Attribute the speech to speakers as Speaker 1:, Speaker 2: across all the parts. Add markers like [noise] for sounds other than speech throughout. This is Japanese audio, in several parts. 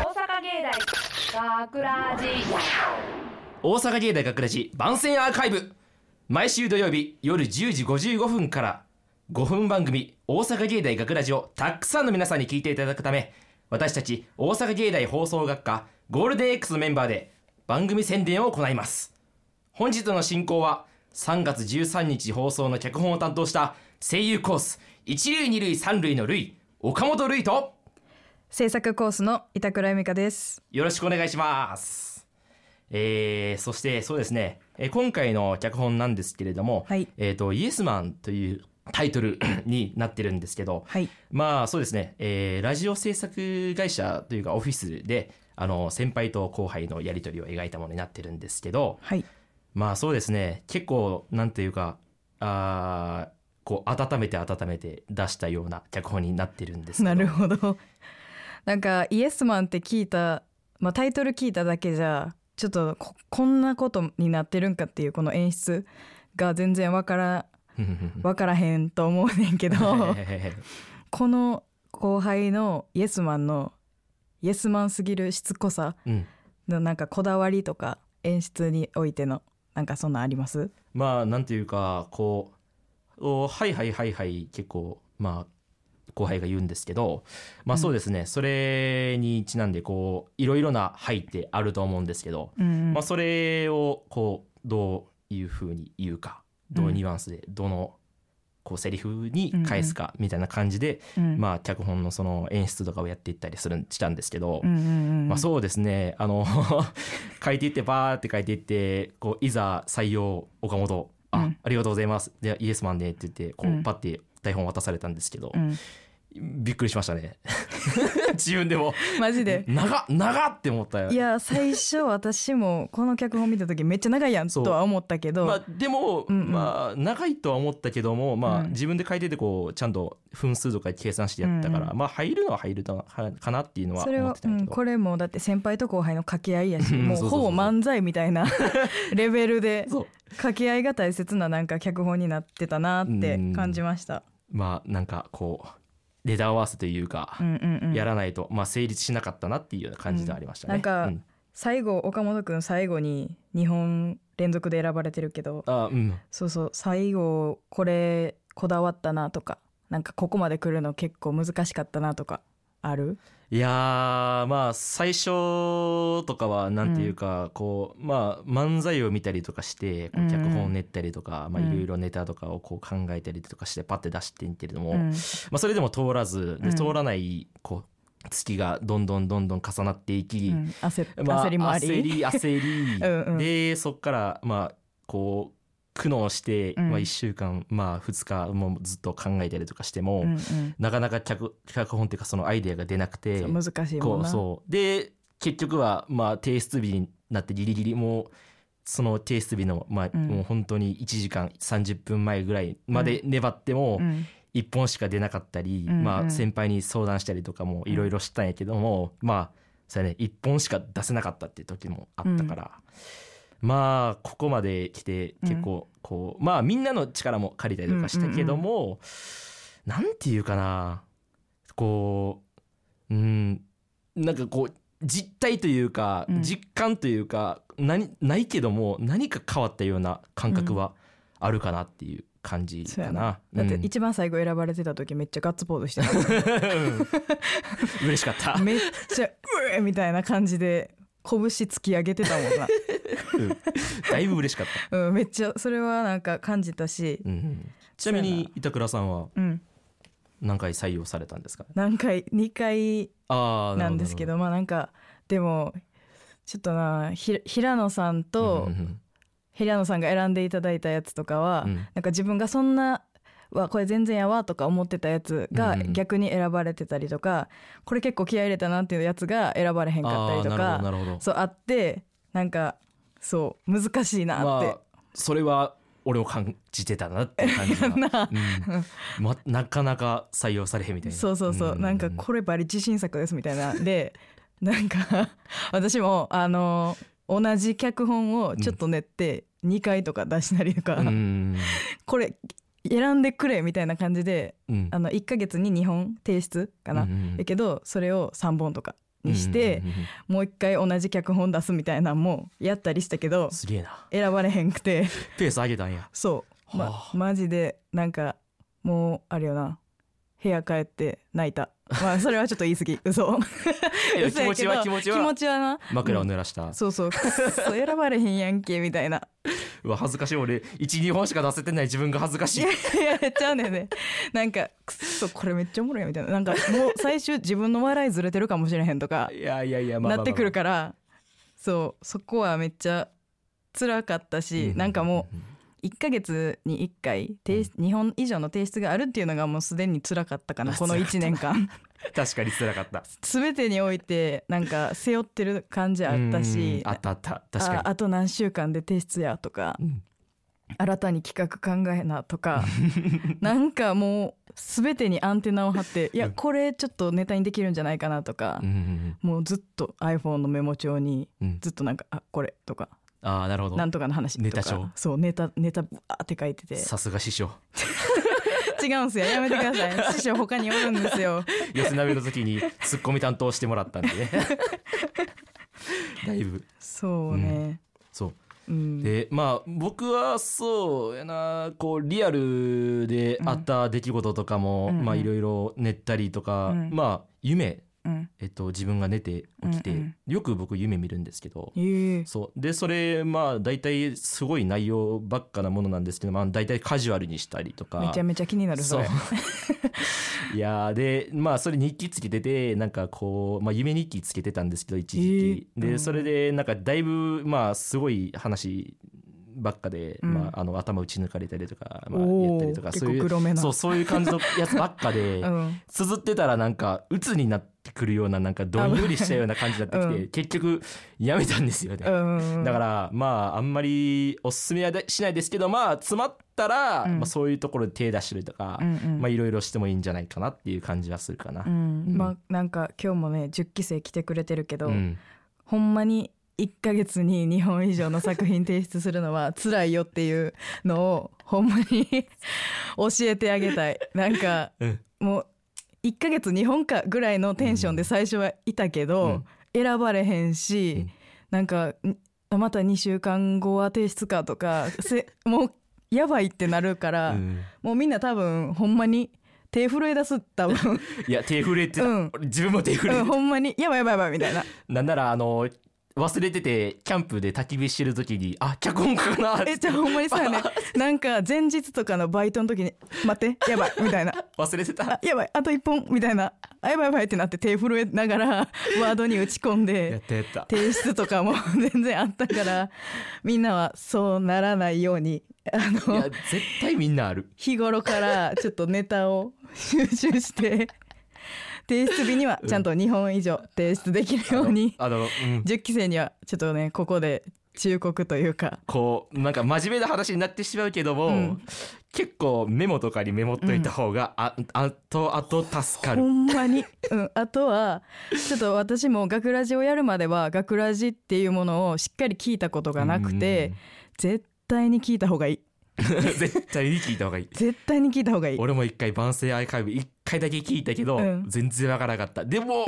Speaker 1: 大学ラジ
Speaker 2: 大阪芸大学ラジ番宣アーカイブ毎週土曜日夜10時55分から5分番組「大阪芸大学ラジをたくさんの皆さんに聞いていただくため私たち大阪芸大放送学科ゴールデン X のメンバーで番組宣伝を行います本日の進行は3月13日放送の脚本を担当した声優コース一塁二塁三塁の塁岡本塁と
Speaker 3: 制作コースの板倉由美香です。
Speaker 2: よろしくお願いします。えー、そしてそうですね、えー今回の脚本なんですけれども、
Speaker 3: はい
Speaker 2: えー、とイエスマンというタイトルになってるんですけど、
Speaker 3: はい。
Speaker 2: まあそうですね、えーラジオ制作会社というかオフィスであの先輩と後輩のやり取りを描いたものになってるんですけど
Speaker 3: はい。
Speaker 2: まあそうですね結構なんていうかあーこう温めて温めて出したような脚本になってるんですけど
Speaker 3: なるほど。 [laughs] なんかイエスマンって聞いた、まあタイトル聞いただけじゃ、ちょっとここんなことになってるんかっていうこの演出が全然わからわからへんと思うねんけど、 [laughs] この後輩のイエスマンのイエスマンすぎるしつこさ
Speaker 2: うん [laughs]
Speaker 3: のなんかこだわりとか演出においてのなんかそんなんあります？
Speaker 2: まあなんていうかこうおはいはいはいはい結構まあ後輩が言うんですけどまあそうですね、それにちなんでこういろいろな「はい」ってあると思うんですけど、
Speaker 3: うん
Speaker 2: まあ、それをこうどういうふうに言うかどういうニュアンスでどのこうセリフに返すかみたいな感じで、
Speaker 3: うん
Speaker 2: まあ脚本のその演出とかをやっていったりするんしたんですけど。
Speaker 3: うんうんうん
Speaker 2: まあ、そうですねあの [laughs] 書いていってバーって書いていってこういざ採用岡本あ,、
Speaker 3: うん
Speaker 2: ありがとうございますでイエスマンでって言ってこ
Speaker 3: うん
Speaker 2: うパッて台本渡されたんですけど、
Speaker 3: うん
Speaker 2: びっくりしましたね [laughs] 自分でも
Speaker 3: マジで。
Speaker 2: 長っ長っって思ったよ
Speaker 3: いや最初私もこの脚本見た時めっちゃ長いやん
Speaker 2: そう
Speaker 3: とは思ったけど、
Speaker 2: まあ、でも、
Speaker 3: うんうん
Speaker 2: まあ長いとは思ったけども、まあ
Speaker 3: うん
Speaker 2: 自分で書いててこうちゃんと分数とか計算してやったから、
Speaker 3: うんう
Speaker 2: まあ入るのは入るのはかなっていうのは
Speaker 3: それ
Speaker 2: 思っ
Speaker 3: は
Speaker 2: てたんや
Speaker 3: う
Speaker 2: け
Speaker 3: ん、
Speaker 2: ど、
Speaker 3: これもだって先輩と後輩の掛け合い
Speaker 2: [laughs]
Speaker 3: やし
Speaker 2: うん
Speaker 3: もう
Speaker 2: そうそうそう
Speaker 3: ほぼ漫才みた
Speaker 2: [laughs]
Speaker 3: いなレベルで
Speaker 2: そう
Speaker 3: 掛け合いが大切ななんか脚本になってたなって感じました。
Speaker 2: まあなんかこうレダー合わせというか、
Speaker 3: うんうんうん
Speaker 2: やらないと、まあ、成立しなかったなっていうような感じではありましたね。
Speaker 3: うんなんか
Speaker 2: うん
Speaker 3: 最後岡本くん最後に2本連続で選ばれてるけど
Speaker 2: あうん、
Speaker 3: そうそう最後これこだわったなとかなんかここまで来るの結構難しかったなとかある
Speaker 2: いやーまあ最初とかはなんていうか、こうまあ漫才を見たりとかしてこ
Speaker 3: うんう
Speaker 2: うん脚本を練ったりとか、まあ
Speaker 3: うん
Speaker 2: いろいろネタとかをこう考えたりとかしてパッて出してんけれども、
Speaker 3: うん
Speaker 2: まあ、それでも通らずで
Speaker 3: うん
Speaker 2: 通らないこう月がどんどんどんどん重なっていき、
Speaker 3: うん焦
Speaker 2: まあ、
Speaker 3: 焦りもあり
Speaker 2: 焦り焦り
Speaker 3: [laughs] うんうん
Speaker 2: でそっからまあこう苦悩して、
Speaker 3: うん
Speaker 2: まあ、1週間まあ2日もずっと考えたりとかしても、
Speaker 3: うんうん
Speaker 2: なかなか脚脚本っていうかそのアイデアが出なくて
Speaker 3: そう難しいも
Speaker 2: こ
Speaker 3: ん
Speaker 2: う
Speaker 3: な
Speaker 2: そうで結局はまあ提出日になってギリギリもうその提出日のまあ、
Speaker 3: うん
Speaker 2: もう本当に1時間30分前ぐらいまで粘っても
Speaker 3: うん
Speaker 2: 1本しか出なかったり、
Speaker 3: うんうん
Speaker 2: まあ、先輩に相談したりとかもいろいろしたんやけども、まあそれね1本しか出せなかったっていう時もあったから、まあここまで来て結構こう、まあみんなの力も借りたりとかしたけども、なんていうかなこううんなんかこう実体というか、
Speaker 3: うん
Speaker 2: 実感というか何ないけども何か変わったような感覚はあるかなっていう感じか
Speaker 3: そうや
Speaker 2: な
Speaker 3: な。だって
Speaker 2: うん
Speaker 3: 一番最後選ばれてた時めっちゃガッツポーズして [laughs] た
Speaker 2: うん嬉しかった。
Speaker 3: めっちゃ「うえ!」みたいな感じで拳突き上げてたもん [laughs] な、
Speaker 2: うんだいぶ嬉しかった。
Speaker 3: うん、めっちゃそれはなんか感じたし、
Speaker 2: うんちなみ
Speaker 3: そうや
Speaker 2: に
Speaker 3: な
Speaker 2: 板倉さんは
Speaker 3: うん、
Speaker 2: 何回採用されたんですか。
Speaker 3: 何回2回
Speaker 2: ああ、
Speaker 3: なんですけどまあなんかでもちょっとなひ平野さんと
Speaker 2: うん
Speaker 3: 平野さんが選んでいただいたやつとかは、
Speaker 2: うん
Speaker 3: なんか自分がそんなわこれ全然やわとか思ってたやつが
Speaker 2: うんうん
Speaker 3: 逆に選ばれてたりとか、これ結構気合い入れたなっていうやつが選ばれへんかったり
Speaker 2: あー
Speaker 3: と
Speaker 2: な
Speaker 3: か
Speaker 2: るほどなるほど。
Speaker 3: そうあってなんかそう難しいなって
Speaker 2: ま、あそれは俺を感じてたなっていう感
Speaker 3: [laughs]
Speaker 2: じが
Speaker 3: な
Speaker 2: うんまなかなか採用されへんみたいな。
Speaker 3: そうそうそう、なんかこれバリ自信作ですみたいなんで [laughs] なんか私もあの同じ脚本をちょっと練って2回とか出したりとか、
Speaker 2: うんうん
Speaker 3: これ選んでくれみたいな感じで
Speaker 2: うん
Speaker 3: あの1ヶ月に2本提出かな、
Speaker 2: うんうん
Speaker 3: やけどそれを3本とかにして、
Speaker 2: うんうんうんうん
Speaker 3: もう一回同じ脚本出すみたいなんもやったりしたけど
Speaker 2: すげえな
Speaker 3: 選ばれへんくて [laughs]
Speaker 2: ペース上げたんや
Speaker 3: そう、ま
Speaker 2: はあ
Speaker 3: マジでなんかもうあれよな部屋帰って泣いたまあそれはちょっと言い過
Speaker 2: [laughs]
Speaker 3: ぎ嘘
Speaker 2: いや
Speaker 3: 嘘
Speaker 2: 気
Speaker 3: や
Speaker 2: 持
Speaker 3: け
Speaker 2: ち
Speaker 3: ど
Speaker 2: は気持ち
Speaker 3: 気持
Speaker 2: は
Speaker 3: ちはな
Speaker 2: 枕を濡らした、
Speaker 3: そうそうくっそ選ばれへんやんけみたいな
Speaker 2: うわ恥ずかしい俺12本しか出せてない自分が恥ずか
Speaker 3: [laughs]
Speaker 2: しい
Speaker 3: いやめっちゃうねんねなんかくっそこれめっちゃおもろいやんみたいななんかもう最終自分の笑いずれてるかもしれへんとか
Speaker 2: いやいやいや、まあまあまあ
Speaker 3: なってくるからそうそこはめっちゃ辛かったし、なんかもう1ヶ月に1回提出日本以上の提出があるっていうのがもうすでに辛かったかな
Speaker 2: あ
Speaker 3: この
Speaker 2: 辛
Speaker 3: 1年間 [laughs]
Speaker 2: うん確かに辛かった
Speaker 3: 全てにおいてなんか背負ってる感じあったし
Speaker 2: うんあったあった確
Speaker 3: あ
Speaker 2: か
Speaker 3: あと何週間で提出やとか、
Speaker 2: うん
Speaker 3: 新たに企画考えな
Speaker 2: [laughs]
Speaker 3: とかなんかもう全てにアンテナを張っていやこれちょっとネタにできるんじゃないかなとか
Speaker 2: に、う、んうん
Speaker 3: もうずっと iPhone のメモ帳に
Speaker 2: うんうん
Speaker 3: ずっとなんか「あこれ」とか
Speaker 2: ああなる
Speaker 3: 「
Speaker 2: ほど
Speaker 3: なんとかの話」とか
Speaker 2: ネタ帳
Speaker 3: そうネタネタぶわーって書いてて
Speaker 2: さすが師匠
Speaker 3: 違うんすよやめてく
Speaker 2: [laughs]
Speaker 3: ださい師匠他におるんですよ
Speaker 2: 寄せ鍋の時にツッコミ担当してもらったんでね [laughs] だいぶ
Speaker 3: そうね
Speaker 2: そう
Speaker 3: うん、
Speaker 2: でまあ僕はそうやなこうリアルであった出来事とかも、
Speaker 3: うんうん
Speaker 2: まあいろいろ寝ったりとか、
Speaker 3: うん
Speaker 2: まあ夢、
Speaker 3: うん
Speaker 2: えっと、自分が寝て起きて、
Speaker 3: うんうん
Speaker 2: よく僕夢見るんですけど
Speaker 3: えー
Speaker 2: そうでそれまあ大体すごい内容ばっかなものなんですけど、まあ、大体カジュアルにしたりとか
Speaker 3: めちゃめちゃ気になるそ
Speaker 2: そう
Speaker 3: れ
Speaker 2: い
Speaker 3: [laughs]
Speaker 2: やーでまあそれ日記つけててなんかこう、まあ、夢日記つけてたんですけど一時期、
Speaker 3: えーう
Speaker 2: で
Speaker 3: ん
Speaker 2: それでなんかだいぶまあすごい話ばっかで、
Speaker 3: うん
Speaker 2: まあ、あの頭打ち抜かれたりとか、まあ、
Speaker 3: おー
Speaker 2: やったりとか
Speaker 3: 結
Speaker 2: そ
Speaker 3: 構
Speaker 2: ういう
Speaker 3: 黒めな
Speaker 2: そうそういう感じのやつばっかで、
Speaker 3: [laughs] うん
Speaker 2: 綴ってたらなんか鬱になってくるようななんかどんよりしたような感じになってきて、
Speaker 3: う
Speaker 2: 結局やめたんですよね。
Speaker 3: うん
Speaker 2: だからまああんまりおすすめはしないですけどまあ詰まったら、
Speaker 3: うん
Speaker 2: まあ、そういうところで手出したりとか、
Speaker 3: うんうん
Speaker 2: まあいろいろしてもいいんじゃないかなっていう感じはするかな。
Speaker 3: う
Speaker 2: うん
Speaker 3: ん、まあなんか今日もね10期生来てくれてるけど、
Speaker 2: うん
Speaker 3: ほんまに1ヶ月に2本以上の作品提出するのは辛いよっていうのをほんまに教えてあげたいなんか
Speaker 2: うん
Speaker 3: もう1ヶ月2本かぐらいのテンションで最初はいたけど、選ばれへんし、
Speaker 2: うん
Speaker 3: なんかんあまた2週間後は提出かとか
Speaker 2: [laughs]
Speaker 3: せもうやばいってなるから、
Speaker 2: うん
Speaker 3: もうみんな多分ほんまに手震え出す多分。
Speaker 2: いや手 [laughs] 震えてた、
Speaker 3: うん
Speaker 2: 俺自分も手震えて
Speaker 3: うん、
Speaker 2: た、
Speaker 3: ほんまにやばいやばいやばいみたいな
Speaker 2: なんならあの忘れててキャンプで焚き火してる時にあ脚本かなって
Speaker 3: え [laughs] じゃあほんまにそうやねなんか前日とかのバイトの時に「待 [laughs] ってやばい」みたいな
Speaker 2: 忘れて
Speaker 3: 「あ
Speaker 2: た。
Speaker 3: やばいあと一本」みたいな「あやばいやばい」ってなって手震えな [laughs] がらワードに打ち込ん
Speaker 2: やっ
Speaker 3: で
Speaker 2: たやった。
Speaker 3: 提出とかも [laughs] 全然あったからみんなはそうならないようにあ
Speaker 2: いや
Speaker 3: の
Speaker 2: 絶対みんなある。
Speaker 3: 日頃からちょっとネタを [laughs] 収集して提出日にはちゃんと2本以上提出できるように。
Speaker 2: あの、うん、
Speaker 3: 10期生にはちょっとねここで忠告というか
Speaker 2: こうなんか真面目な話になってしまうけども、
Speaker 3: うん
Speaker 2: 結構メモとかにメモっといた方が、ああとあと助かる。
Speaker 3: ほんまに、うん、あとはちょっと私も学ラジをやるまでは学ラジっていうものをしっかり聞いたことがなくて、絶対に聞いた方がいい
Speaker 2: うん、 [laughs] 絶対に聞いた方がいい。
Speaker 3: 絶対に聞いた方がいい
Speaker 2: 俺も一回万世アーカイブ一回だけ聞いたけど、
Speaker 3: うん
Speaker 2: 全然わからなかった。でも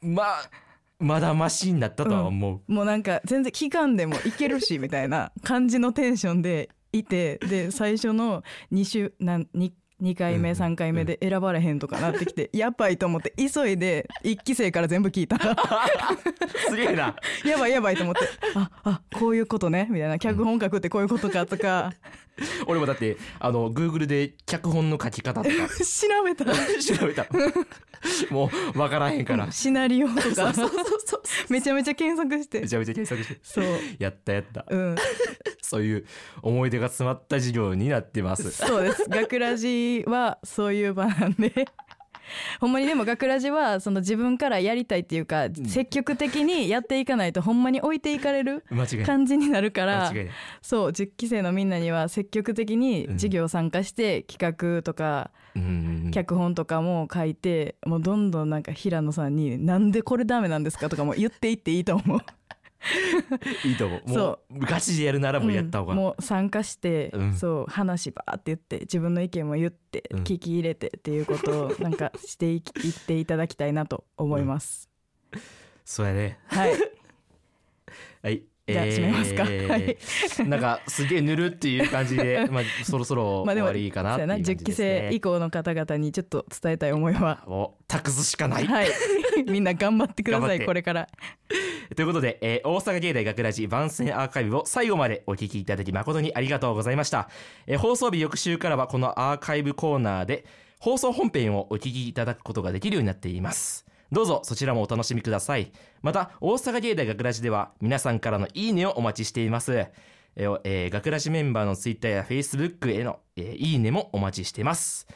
Speaker 2: まあまだマシになったとは思う。
Speaker 3: もうなんか全然期間でもいけるしみたいな感じのテンションでいてで最初の2週なんに2回目
Speaker 2: うん
Speaker 3: 3回目で選ばれへんとかなってきて、やばいと思って急いで1期生から全部聞いた [laughs]
Speaker 2: すげえな。
Speaker 3: やばいやばいと思ってああこういうことねみたいな脚本書くってこういうことかとか
Speaker 2: 俺もだってあの Google で脚本の書き方と
Speaker 3: [laughs]
Speaker 2: か
Speaker 3: 調べたら
Speaker 2: 調べた。もうわからへんから。
Speaker 3: シナリオとか
Speaker 2: そうそうそうそう。
Speaker 3: [laughs] めちゃめちゃ検索して
Speaker 2: めちゃめちゃ検索して。
Speaker 3: そう
Speaker 2: やったやった。
Speaker 3: うん
Speaker 2: そういう思い出が詰まった授業になってます。
Speaker 3: そうです学ラジはそういう場なんで [laughs] ほんまにでも学ラジはその自分からやりたいっていうか積極的にやっていかないとほんまに置いていかれる
Speaker 2: 間違いない。
Speaker 3: 感じになるか
Speaker 2: 間
Speaker 3: ら
Speaker 2: 違いない。
Speaker 3: そう10期生のみんなには積極的に授業参加して企画とか
Speaker 2: うんうんうん。
Speaker 3: 脚本とかも書いてもうどんどんなんか平野さんに「なんでこれダメなんですか?」とかも言っていっていいと思う。
Speaker 2: いいと思う。も
Speaker 3: そう
Speaker 2: ガチでやるならもうやった方
Speaker 3: うん
Speaker 2: が。
Speaker 3: もう参加して、
Speaker 2: うん
Speaker 3: そう話ばーって言って自分の意見も言って、
Speaker 2: うん
Speaker 3: 聞き
Speaker 2: [laughs]
Speaker 3: 入れてっていうことをなんかしていきいっていただきたいなと思います、
Speaker 2: そうやね [laughs]
Speaker 3: はい
Speaker 2: はい
Speaker 3: じゃあ閉めますか
Speaker 2: か [laughs] なんかすげえぬるっていう感じ
Speaker 3: [laughs]
Speaker 2: でまあそろそろ
Speaker 3: ま
Speaker 2: 終
Speaker 3: あでも
Speaker 2: わりかなっ
Speaker 3: そ
Speaker 2: て
Speaker 3: う
Speaker 2: い
Speaker 3: や
Speaker 2: う感
Speaker 3: な
Speaker 2: じ
Speaker 3: 10期
Speaker 2: です
Speaker 3: 生以
Speaker 2: ね
Speaker 3: 降の方々にちょっと伝えたい思いは
Speaker 2: もう託すしかない [laughs]
Speaker 3: はいみんな頑張ってくだ
Speaker 2: 頑張
Speaker 3: さ
Speaker 2: って
Speaker 3: いこれから
Speaker 2: ということで、えー大阪芸大学ラジ番宣アーカイブを最後までお聞きいただき誠にありがとうございました、えー放送日翌週からはこのアーカイブコーナーで放送本編をお聞きいただくことができるようになっていますどうぞそちらもお楽しみくださいまた大阪芸大学ラジでは皆さんからのいいねをお待ちしていますえーおえー学ラジメンバーのツイッターやフェイスブックへの、えーいいねもお待ちしています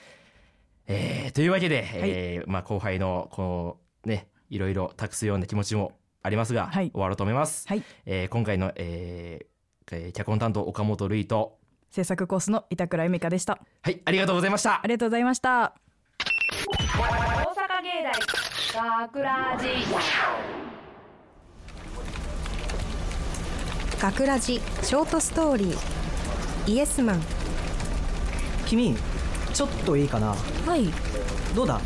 Speaker 2: えーというわけで、えーまあ、後輩のこうねいろいろ託すような気持ちもありますが、
Speaker 3: はい
Speaker 2: 終わろうと思います、
Speaker 3: はい
Speaker 2: えー今回の、えーえー脚本担当岡本瑠衣と
Speaker 3: 制作コースの板倉由美香でした
Speaker 2: はいありがとうございました
Speaker 3: ありがとうございました
Speaker 1: 大阪芸大学ラジ
Speaker 4: 学ラジショートストーリーイエスマン
Speaker 5: 君ちょっといいかな
Speaker 4: はい
Speaker 5: どうだ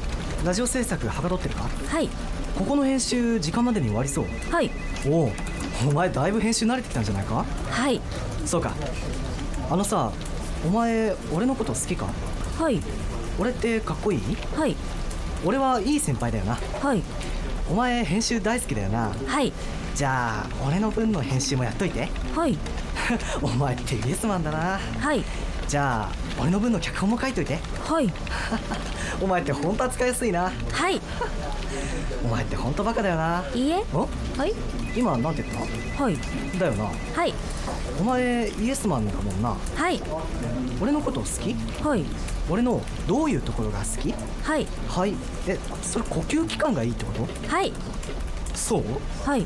Speaker 5: ラジオ制作はかどってるか
Speaker 4: はい
Speaker 5: ここの編集時間までに終わりそう
Speaker 4: はい
Speaker 5: おおお前だいぶ編集慣れてきたんじゃないか
Speaker 4: はい
Speaker 5: そうかあのさお前俺のこと好きか
Speaker 4: はい
Speaker 5: 俺ってかっこいい
Speaker 4: はい
Speaker 5: 俺はいい先輩だよな
Speaker 4: はい
Speaker 5: お前編集大好きだよな
Speaker 4: はい
Speaker 5: じゃあ俺の分の編集もやっといて
Speaker 4: はい
Speaker 5: [laughs] お前ってイエスマンだな
Speaker 4: はい
Speaker 5: じゃあ俺の分の脚本も書いといて
Speaker 4: はい
Speaker 5: [laughs] お前ってほんと扱いやすいな
Speaker 4: はい
Speaker 5: お前ってほんとバカだよない
Speaker 4: いえ
Speaker 5: お
Speaker 4: はい
Speaker 5: 今なんて言った
Speaker 4: はい
Speaker 5: だよな
Speaker 4: はい
Speaker 5: お前イエスマンだもんな
Speaker 4: はい
Speaker 5: 俺のこと好き
Speaker 4: はい
Speaker 5: 俺のどういうところが好き
Speaker 4: はい
Speaker 5: はいえそれ呼吸器官がいいってこ
Speaker 4: はい
Speaker 5: とそう
Speaker 4: はい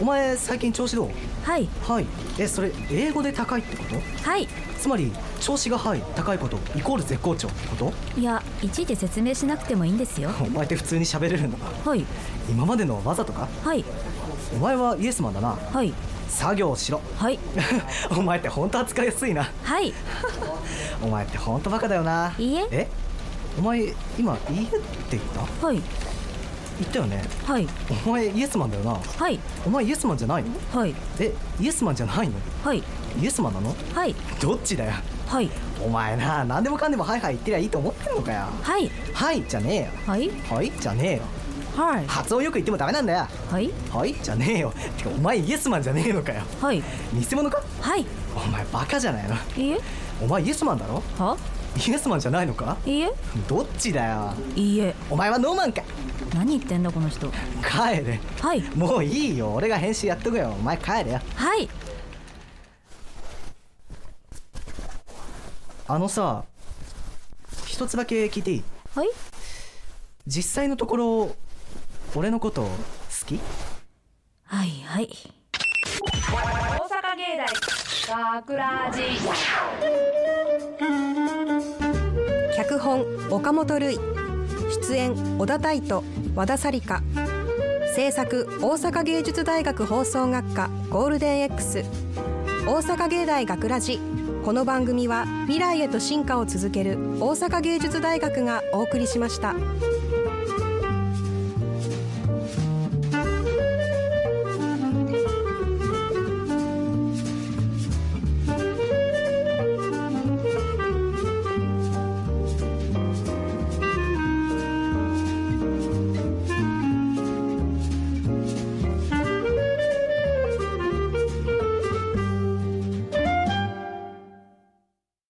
Speaker 5: お前最近調子どう
Speaker 4: はい
Speaker 5: はいえそれ英語で高いってこと
Speaker 4: はい
Speaker 5: つまり調子がはい高いことイコール絶好調ってこと [laughs]
Speaker 4: いやいちいち説明しなくてもいいんですよ
Speaker 5: お前って普通に喋れるんだな
Speaker 4: はい
Speaker 5: 今までのは技とか
Speaker 4: はい
Speaker 5: お前はイエスマンだな
Speaker 4: はい
Speaker 5: 作業しろ [laughs]
Speaker 4: はい
Speaker 5: お前ってほんと扱いやすいな
Speaker 4: はい
Speaker 5: お前ってほんとバカだよない
Speaker 4: いえ
Speaker 5: えお前今「いいえ」って言った
Speaker 4: はい
Speaker 5: 言ったよね
Speaker 4: はい
Speaker 5: お前イエスマンだよな
Speaker 4: はい
Speaker 5: お前イエスマンじゃないの
Speaker 4: はい
Speaker 5: えイエスマンじゃないの
Speaker 4: はい
Speaker 5: イエスマンなの
Speaker 4: はい
Speaker 5: どっちだよ
Speaker 4: はい
Speaker 5: お前な何でもかんでもはいはい言ってりゃいいと思ってんのかよ
Speaker 4: はい
Speaker 5: はいじゃね
Speaker 4: はい
Speaker 5: えよはいじゃねえよ
Speaker 4: はい
Speaker 5: 発音よく言ってもダメなんだよ
Speaker 4: はい
Speaker 5: はいじゃねえよてかお前イエスマンじゃねえのかよ
Speaker 4: はい
Speaker 5: 偽物か
Speaker 4: はい
Speaker 5: お前バカじゃないの
Speaker 4: いいえ
Speaker 5: お前イエスマンだろ
Speaker 4: は
Speaker 5: イエスマンじゃないのか
Speaker 4: いいえ
Speaker 5: どっちだよ
Speaker 4: いいえ
Speaker 5: お前はノーマンか
Speaker 4: 何言ってんだこの人
Speaker 5: 帰れ
Speaker 4: はい
Speaker 5: もういいよ俺が編集やっとくよお前帰れよ
Speaker 4: はい
Speaker 5: あのさ一つだけ聞いていい
Speaker 4: はい
Speaker 5: 実際のところ俺のこと好き
Speaker 4: はいはい
Speaker 1: 大阪芸大学ラジ
Speaker 4: 脚本岡本類出演小田泰斗和田紗理香制作大阪芸術大学放送学科ゴールデン X 大阪芸大学ラジこの番組は未来へと進化を続ける大阪芸術大学がお送りしました。